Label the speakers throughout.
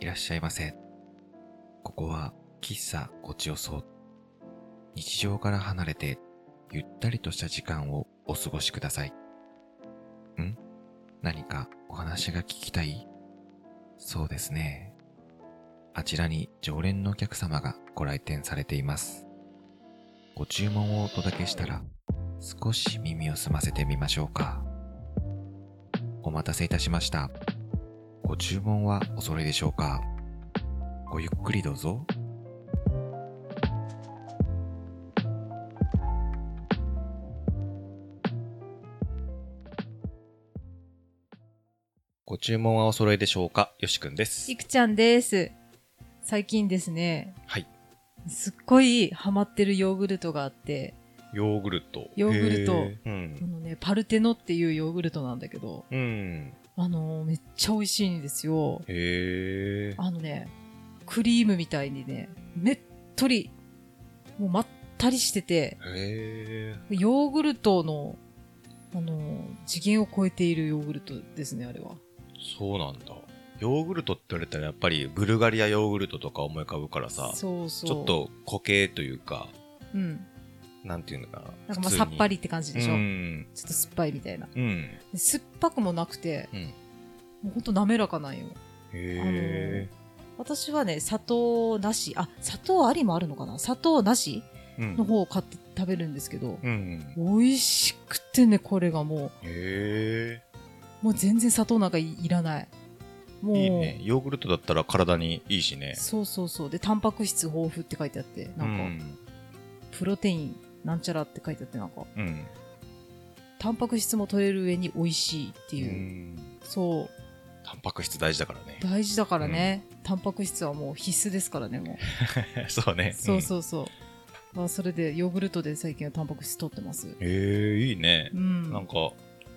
Speaker 1: らっしゃいませ。ここは喫茶ごちよそ。日常から離れて、ゆったりとした時間をお過ごしください。ん何かお話が聞きたいそうですね。あちらに常連のお客様がご来店されています。ご注文をお届けしたら、少し耳を澄ませてみましょうか。お待たせいたしました。ご注文はお揃いでしょうかごゆっくりどうぞ。ご注文はお揃いでしょうかよしくんです
Speaker 2: い。くちゃんです。最近ですね、
Speaker 1: はい。
Speaker 2: すっごいハマってるヨーグルトがあって、
Speaker 1: ヨーグルト。
Speaker 2: ヨーグルト
Speaker 1: へー。う
Speaker 2: こ
Speaker 1: ん。
Speaker 2: のね、パルテノっていうヨーグルトなんだけど、
Speaker 1: うん。
Speaker 2: あのーめっちゃ美味しいんですよ。
Speaker 1: へえ。
Speaker 2: あのね、クリームみたいにね、めっとり、もうまったりしてて、
Speaker 1: へえ。
Speaker 2: ヨーグルトの、あのー次元を超えているヨーグルトですね、あれは。
Speaker 1: そうなんだ。ヨーグルトって言われたらやっぱりブルガリアヨーグルトとか思い浮かぶからさ、ち
Speaker 2: そうそう。
Speaker 1: ょっ、と固形というか、
Speaker 2: うん。
Speaker 1: なんていうのかな。
Speaker 2: なん
Speaker 1: 普
Speaker 2: かまあ
Speaker 1: 通に
Speaker 2: さっぱりって感じでしょ。
Speaker 1: うん。
Speaker 2: ちょっと酸っぱいみたいな。
Speaker 1: うん。
Speaker 2: で酸っぱくもなくて、
Speaker 1: うん。へ
Speaker 2: もうほんと滑らかなんよ。
Speaker 1: え。
Speaker 2: 私はね、砂糖なし、あ、砂糖ありもあるのかな砂糖なし
Speaker 1: う
Speaker 2: の
Speaker 1: ん。
Speaker 2: 方を買って食べるんですけど、
Speaker 1: うん。
Speaker 2: 美味しくてね、これがも
Speaker 1: へえ。
Speaker 2: う、もう全然砂糖なんかいいらない。もう、
Speaker 1: いいね。ヨーグルトだったら体にいいしね。
Speaker 2: そうそうそう。で、タンパク質豊富って書いてあって、
Speaker 1: う
Speaker 2: なんか、
Speaker 1: ん。
Speaker 2: プロテインなんちゃらって書いてあって、なんか、
Speaker 1: うん。
Speaker 2: タンパク質も取れる上に美味しいって
Speaker 1: う
Speaker 2: いう。
Speaker 1: ん。
Speaker 2: そう。
Speaker 1: タンパク質大事だからね。
Speaker 2: 大事だからね、タンパク質はもう必須ですからね、も う。
Speaker 1: そうね。
Speaker 2: そう
Speaker 1: うん。
Speaker 2: そうそう。まあ、それで、ヨーグルトで最近はタンパク質取ってます。
Speaker 1: へえ、いいね
Speaker 2: う。ん。
Speaker 1: なんか、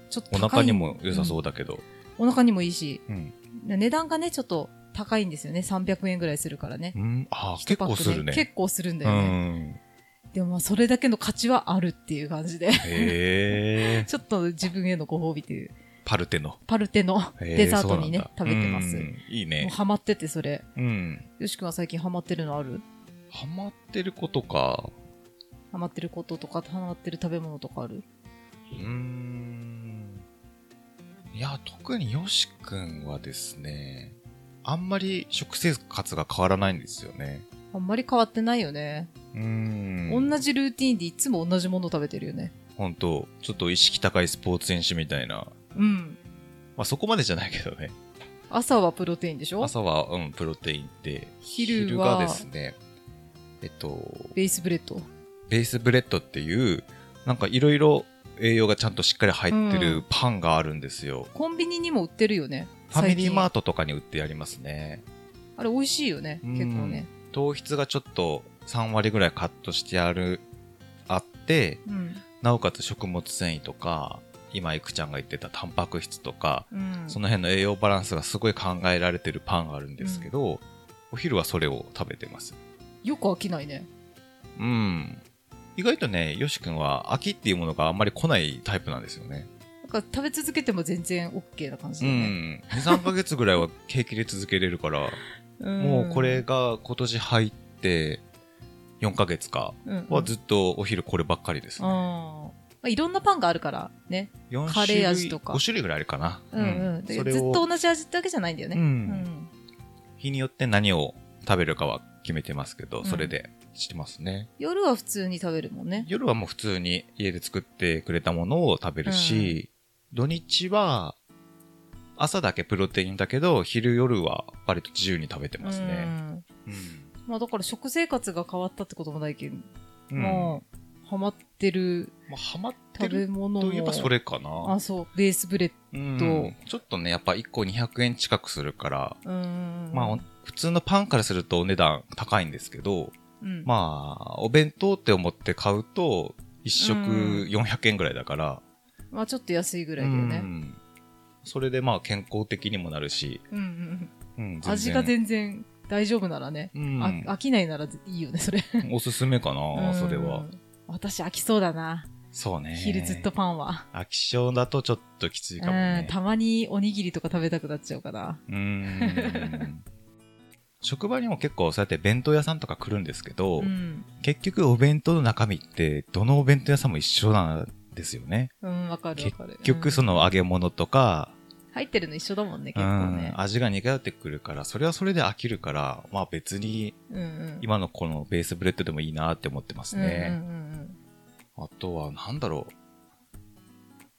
Speaker 2: ちょっと
Speaker 1: お
Speaker 2: 高い
Speaker 1: 腹にも良さそうだけど。
Speaker 2: お腹にもいいし、
Speaker 1: うん。
Speaker 2: 値段がね、ちょっと高いんですよね。300円ぐらいするからね
Speaker 1: う。ん。ああ、
Speaker 2: 一
Speaker 1: 結
Speaker 2: パッ
Speaker 1: 構
Speaker 2: ク
Speaker 1: するね。
Speaker 2: 結構するんだ
Speaker 1: う
Speaker 2: よね。
Speaker 1: ん。
Speaker 2: でもまあ、それだけの価値はあるっていう感 じで。
Speaker 1: へえ。
Speaker 2: ちょっと自分へのご褒美という、
Speaker 1: パルテの。
Speaker 2: パルテの
Speaker 1: へえ
Speaker 2: デザートにね、
Speaker 1: そうな
Speaker 2: 食べ
Speaker 1: んだ
Speaker 2: てます。
Speaker 1: う
Speaker 2: も
Speaker 1: んいいうね。
Speaker 2: ハマってて、それ。
Speaker 1: うん。
Speaker 2: よしくんは最近ハマってるのある
Speaker 1: ハマってることか。
Speaker 2: ハマってることとか、ハマってる食べ物とかある
Speaker 1: うーん。いや、特によしくんはですね、あんまり食生活が変わらないんですよね。
Speaker 2: あんまり変わってないよね。
Speaker 1: うーん。
Speaker 2: 同じルーティンでいつも同じもの食べてるよね。
Speaker 1: 本当ちょっと意識高いスポーツ選手みたいな。
Speaker 2: うん。
Speaker 1: まあそこまでじゃないけどね。
Speaker 2: 朝はプロテインでしょ
Speaker 1: 朝は、うん、プロテインって。
Speaker 2: 昼は
Speaker 1: 昼がですね、えっと、
Speaker 2: ベースブレッド。
Speaker 1: ベースブレッドっていう、なんかいろいろ栄養がちゃんとしっかり入って
Speaker 2: う
Speaker 1: るパンがあるんですよ。
Speaker 2: コンビニにも売ってるよね。
Speaker 1: ファミリーマー
Speaker 2: ト。
Speaker 1: トとかに売ってありますね。
Speaker 2: あれ美味しいよね。
Speaker 1: うん
Speaker 2: 結構ね。
Speaker 1: 糖質がちょっと3割ぐらいカットしてある、あって、
Speaker 2: うん。
Speaker 1: なおかつ食物繊維とか、今いくちゃんが言ってたタンパク質とか、
Speaker 2: うん。
Speaker 1: その辺の栄養バランスがすごい考えられてるパンがあるんですけど、お昼はそれを食べてます。
Speaker 2: よく飽きないね。
Speaker 1: うん。意外とね、よしくんは秋っていうものがあんまり来ないタイプなんですよね。
Speaker 2: なんか食べ続けても全然 OK な感じ
Speaker 1: う
Speaker 2: だね。
Speaker 1: ん。2、3ヶ月ぐらいは平気で続けれるから、
Speaker 2: ん
Speaker 1: もうこれ、が今年入って4ヶ月か
Speaker 2: うんうん
Speaker 1: はずっとお昼こればっかりです
Speaker 2: うん。
Speaker 1: ね。
Speaker 2: まあいろんなパンがあるからね。
Speaker 1: 4
Speaker 2: カレー
Speaker 1: 種類
Speaker 2: 味とか
Speaker 1: 5種類ぐらいあるかな。
Speaker 2: うんうん。で
Speaker 1: そ
Speaker 2: ず
Speaker 1: れ
Speaker 2: っ
Speaker 1: を
Speaker 2: と同じ味ってわけじゃないんだよね。
Speaker 1: うん
Speaker 2: うん。
Speaker 1: 日によって何を食べるかは決めてますけ
Speaker 2: う
Speaker 1: ど、
Speaker 2: ん
Speaker 1: それでしてますね。
Speaker 2: 夜は普通に食べるもんね。
Speaker 1: 夜はもう普通に家で作ってくれたものを食べるし、土日は朝だけプロテインだけど、昼夜は割と自由に食べてます
Speaker 2: う
Speaker 1: ね。
Speaker 2: ん
Speaker 1: うん
Speaker 2: まあだから食生活が変わったってこともないけど、
Speaker 1: うん
Speaker 2: もうハマってる
Speaker 1: まあハマって
Speaker 2: 食べ
Speaker 1: る
Speaker 2: 物
Speaker 1: と
Speaker 2: も
Speaker 1: いえばそれかな。
Speaker 2: あそうベースブレッ
Speaker 1: うん
Speaker 2: と
Speaker 1: ちょっとね、やっぱ1個200円近くするから、
Speaker 2: ドうーん
Speaker 1: まあお、普通のパンからするとお値段高いんですけど、
Speaker 2: うん
Speaker 1: まあ、お弁当って思って買うと、1食
Speaker 2: うん
Speaker 1: 400円ぐらいだから、
Speaker 2: まあちょっと安いぐらいだよ
Speaker 1: う
Speaker 2: ね
Speaker 1: んそれでまあ健康的にもなるし、
Speaker 2: うんうん
Speaker 1: うん
Speaker 2: うん味が全然大丈夫ならね
Speaker 1: うん
Speaker 2: あ飽きないならいいよねそれ
Speaker 1: おすすめか
Speaker 2: う
Speaker 1: な、
Speaker 2: ん
Speaker 1: それは。
Speaker 2: 私飽きそうだな
Speaker 1: そうね。
Speaker 2: 昼ずっと。パンは
Speaker 1: 飽き性だとちょっときついかも
Speaker 2: うん
Speaker 1: ね。
Speaker 2: たまにおにぎりとか食べたくなっちゃうかな
Speaker 1: うーん。職場にも結構そうやって弁当屋さんとか来るんですけど、
Speaker 2: うん。
Speaker 1: 結局お弁当の中身ってどのお弁当屋さんも一緒なんですよね。
Speaker 2: うん、わかるわかる。
Speaker 1: 結局そ
Speaker 2: の、
Speaker 1: の揚げ物とか、
Speaker 2: 入ってるの一緒だもんね、
Speaker 1: う
Speaker 2: 結構
Speaker 1: ん
Speaker 2: ね。
Speaker 1: 味が似通ってくるから、それはそれで飽きるから、まあ別に
Speaker 2: うんうん。
Speaker 1: 今のこのベースブレッドでもいいなって思ってます
Speaker 2: う
Speaker 1: ね。
Speaker 2: んうんうん
Speaker 1: あとはなんだろう。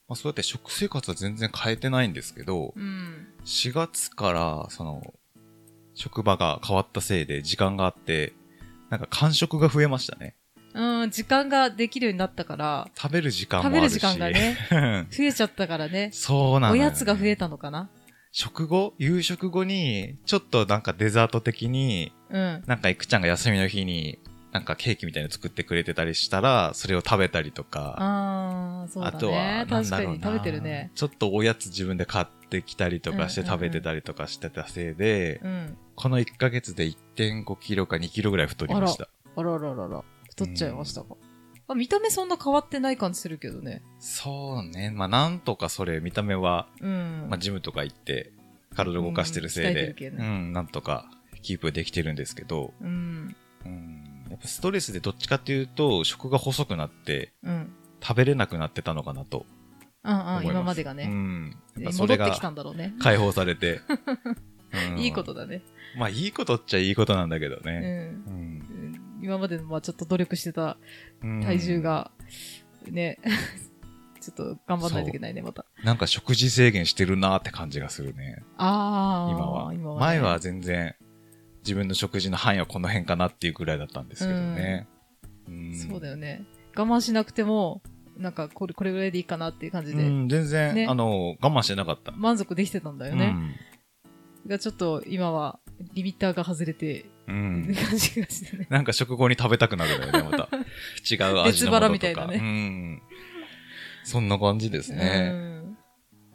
Speaker 1: まあそうやって食生活は全然変えてないんですけど、
Speaker 2: うん。うん。
Speaker 1: 4月から、その、職場が変わったせいで時間があって、なんか間食が増えましたね。
Speaker 2: うん、時間ができるようになったから、
Speaker 1: 食べる時間
Speaker 2: 食
Speaker 1: も
Speaker 2: べ
Speaker 1: あ
Speaker 2: る
Speaker 1: るし。
Speaker 2: 時間がね、
Speaker 1: うん
Speaker 2: 増えちゃったからね。
Speaker 1: そうなの
Speaker 2: お
Speaker 1: よね
Speaker 2: やつが増えたのかな
Speaker 1: 食後夕食後に、ちょっとなんかデザート的に、
Speaker 2: うん。
Speaker 1: なんかいくちゃんが休みの日に、なんかケーキみたいなの作ってくれてたりしたら、それを食べたりとか、
Speaker 2: ああ、そうだ
Speaker 1: あとは
Speaker 2: ね。、
Speaker 1: な
Speaker 2: 確
Speaker 1: んだ
Speaker 2: か
Speaker 1: ろう
Speaker 2: に
Speaker 1: な
Speaker 2: 食べてるね。。
Speaker 1: ちょっとおやつ自分で買ってきたりとかして
Speaker 2: うんうんうん
Speaker 1: 食べてたりとかしてたせいで、
Speaker 2: うん。
Speaker 1: この1ヶ月で1.5キロか2キロぐらい太りました。
Speaker 2: あらららら。太っちゃいましたか。あ見た目そんな変わってない感じするけどね。
Speaker 1: そうね。まあなんとかそれ、見た目は、
Speaker 2: うん。
Speaker 1: まあジムとか行って、体動かしてるせい
Speaker 2: うん鍛え
Speaker 1: で
Speaker 2: てる、
Speaker 1: う
Speaker 2: 系ね
Speaker 1: ん、なんとかキープできてるんですけど、
Speaker 2: うん。
Speaker 1: うん、やっぱストレスでどっちかっていうと、食が細くなって、
Speaker 2: うん。
Speaker 1: 食べれなくなってたのかなと
Speaker 2: あ
Speaker 1: 思
Speaker 2: あ、
Speaker 1: います。
Speaker 2: 今までが
Speaker 1: う
Speaker 2: ね。
Speaker 1: ん。やっぱそ
Speaker 2: 戻
Speaker 1: れ
Speaker 2: ってきた
Speaker 1: が
Speaker 2: んだろうね。
Speaker 1: 解放され て。うん
Speaker 2: いいこと。だね。
Speaker 1: まあいいことっちゃいいことなんだけど
Speaker 2: う
Speaker 1: ね。
Speaker 2: ん。
Speaker 1: うん
Speaker 2: うん今までのまあちょっと努力してた
Speaker 1: うん
Speaker 2: 体重が、ね、 ちょっと頑張らないといけないね、また。
Speaker 1: なんか食事制限してるなーって感じがするね。
Speaker 2: ああ、
Speaker 1: 今は。
Speaker 2: ね
Speaker 1: 前は全然自分の食事の範囲はこの辺かなっていうぐらいだったんですけどね。ん
Speaker 2: そうだよね。我慢しなくても、なんかこれ、これぐらいでいいかなっていう感じ
Speaker 1: う
Speaker 2: で、
Speaker 1: ん、全然、
Speaker 2: ね
Speaker 1: あの、我慢してなかった。
Speaker 2: 満足できてたんだよね。が、ちょっと今は、リミッターが外れて、
Speaker 1: うん。う
Speaker 2: って
Speaker 1: ん。
Speaker 2: 感じがしてね。
Speaker 1: なんか食後に食べたくなるのよね、ま た。違う味のものとか。
Speaker 2: 別腹みたいなね
Speaker 1: うん。そんな感じですね。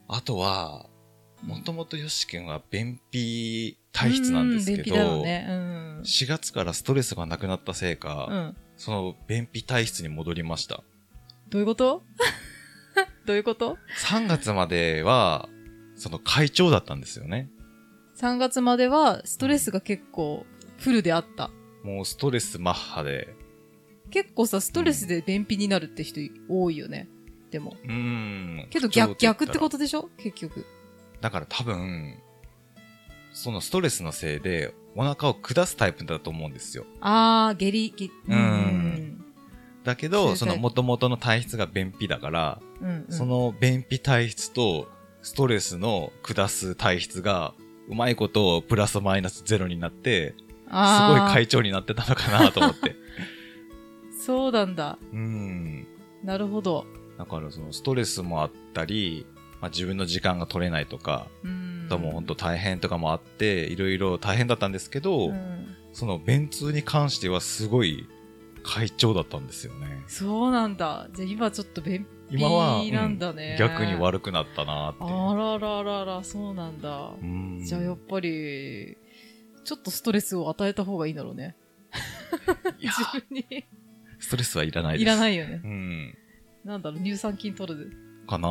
Speaker 1: あとは、
Speaker 2: うん
Speaker 1: もともとヨシ君は便秘体質なんですけ
Speaker 2: うん便秘だろう
Speaker 1: ど、
Speaker 2: ね。うん。
Speaker 1: 4月からストレスがなくなったせいか、
Speaker 2: うん。
Speaker 1: その便秘体質に戻りました。
Speaker 2: どういうこと どういうこと
Speaker 1: 3月までは、その会長だったんですよね。
Speaker 2: ?3 月までは、ストレスが結構、フルであった。
Speaker 1: もうストレスマッハで。
Speaker 2: 結構さ、ストレスで便秘になるって人多いよね。でも。
Speaker 1: うーん。
Speaker 2: けど逆、逆ってこととでしょ結局。
Speaker 1: だから多分、そのストレスのせいで、お腹を下すタイプだと思うんですよ。
Speaker 2: ああ、下痢、下
Speaker 1: うんだけど、そ
Speaker 2: そう
Speaker 1: の
Speaker 2: いうタイプ
Speaker 1: 元々の体質が便秘だから、
Speaker 2: うんうん
Speaker 1: その便秘体質とストレスの下す体質が、うまいことをプラスマイナスゼロになって、すごい
Speaker 2: あー
Speaker 1: 会長になってたのかなと思っ て。
Speaker 2: そうなんだ。
Speaker 1: うーん。
Speaker 2: なるほど。
Speaker 1: だからそのストレスもあったり、まあ、自分の時間が取れないとか、
Speaker 2: う
Speaker 1: あ
Speaker 2: ん。
Speaker 1: ともう本当大変とかもあって、いろいろ大変だったんですけど、
Speaker 2: うん
Speaker 1: その便通に関してはすごい会長だったんですよね。
Speaker 2: そうなんだ。じゃあ今ちょっと便秘
Speaker 1: 今は、
Speaker 2: なんだね。
Speaker 1: うん逆に悪くなったなって
Speaker 2: あらららら、そうなんだ。
Speaker 1: うーん。
Speaker 2: じゃあやっぱり、ちょっとストレスを与えた方がいいんだろうね。
Speaker 1: いや
Speaker 2: 自分に。
Speaker 1: ストレスはいらないです。。
Speaker 2: いらないいよね
Speaker 1: う。ん。
Speaker 2: なんだろう、乳酸菌取る。
Speaker 1: かな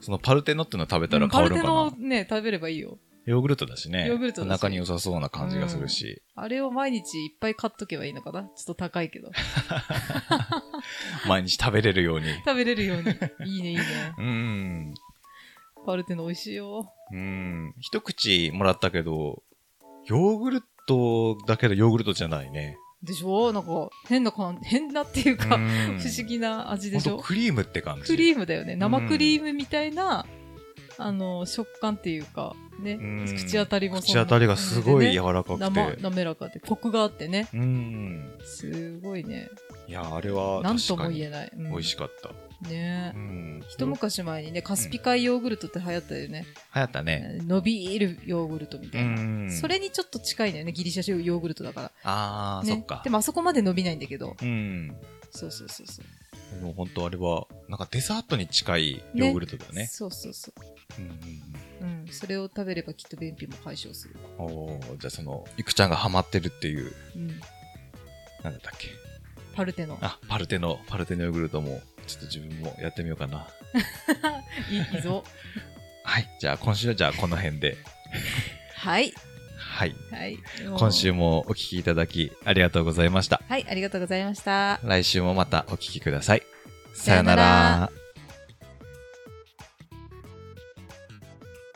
Speaker 1: そのパルテノっての食べたら
Speaker 2: うんパ
Speaker 1: 変わ
Speaker 2: ル
Speaker 1: るの
Speaker 2: テ
Speaker 1: かな、
Speaker 2: のね、食べればいいよ。
Speaker 1: ヨーグルトだしね。
Speaker 2: ヨーグルトだし
Speaker 1: お腹に良さそうな感じがするし。
Speaker 2: あれを毎日いっぱい買っとけばいいのかなちょっと高いけど。
Speaker 1: 毎日食べれるように。
Speaker 2: 食べれるように。いいね、いいね。
Speaker 1: うーん。
Speaker 2: パルテノ美味しいよ。
Speaker 1: うん。一口もらったけど、ヨーグルトだけどヨーグルトじゃないね。
Speaker 2: でしょなんか、変な感、変なっていうか、不思議な味でし
Speaker 1: ほん
Speaker 2: ょ
Speaker 1: とクリームって感じ。
Speaker 2: クリームだよね。生クリームみたいな、あの、食感っていうか、ね
Speaker 1: うん、
Speaker 2: 口当たりも
Speaker 1: 口
Speaker 2: そんな
Speaker 1: 当たりがすごい
Speaker 2: 感
Speaker 1: 柔らか
Speaker 2: じでね
Speaker 1: く
Speaker 2: 生
Speaker 1: て。
Speaker 2: 滑らかで、コクがあってね。
Speaker 1: うん。
Speaker 2: すごいね。
Speaker 1: いや、あれは
Speaker 2: なんと
Speaker 1: 確か
Speaker 2: も
Speaker 1: に
Speaker 2: 言えない。
Speaker 1: 美味し
Speaker 2: く。
Speaker 1: かった。
Speaker 2: ね
Speaker 1: うん。
Speaker 2: 一
Speaker 1: 流
Speaker 2: 昔前にね、カスピ海ヨーグルトって流行ったよね。
Speaker 1: 行ったね。
Speaker 2: 伸びるヨーグルトみたいな。
Speaker 1: ん
Speaker 2: それにちょっと近いんだよね、ギリシャヨーグルトだか
Speaker 1: あ
Speaker 2: ら。
Speaker 1: あ、
Speaker 2: ね
Speaker 1: そっか
Speaker 2: で。もあそこまで伸びないんだけど。
Speaker 1: うん。
Speaker 2: そうそうそうそう。
Speaker 1: でも本当あれは、なんかデザートに近いヨーグルトだよね。
Speaker 2: そうそうそう。
Speaker 1: うんうん
Speaker 2: うん、それを食べればきっと便秘も解消する。
Speaker 1: うん。おーじゃあその、いくちゃんがハマってるっていう、
Speaker 2: うん、
Speaker 1: なんだったっけ。
Speaker 2: パルテノ。
Speaker 1: あ、パルテノ、パルテノヨーグルトも、ちょっと自分もやってみようかな。
Speaker 2: いいぞ。
Speaker 1: はい。じゃあ今週はじゃあこの辺で。
Speaker 2: はい。
Speaker 1: はい。
Speaker 2: はい。もう
Speaker 1: 今。週もお聞きいただきありがとうございました。
Speaker 2: はい、ありがとうございました。
Speaker 1: 来週もまたお聞きください。さよな
Speaker 2: さよな
Speaker 1: ら
Speaker 2: ら。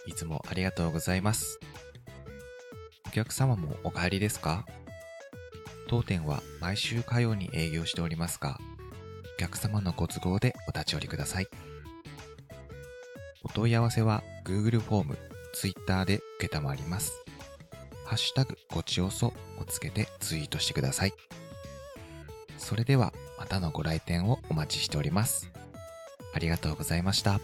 Speaker 1: いつもありがとうございます。お客様もお帰りですか当店は毎週火曜に営業しておりますが、お客様のご都合でお立ち寄りください。お問い合わせは Google フォーム、Twitter で受けたまります。ハッシュタグごちおそをつけてツイートしてください。それではまたのご来店をお待ちしております。ありがとうございました。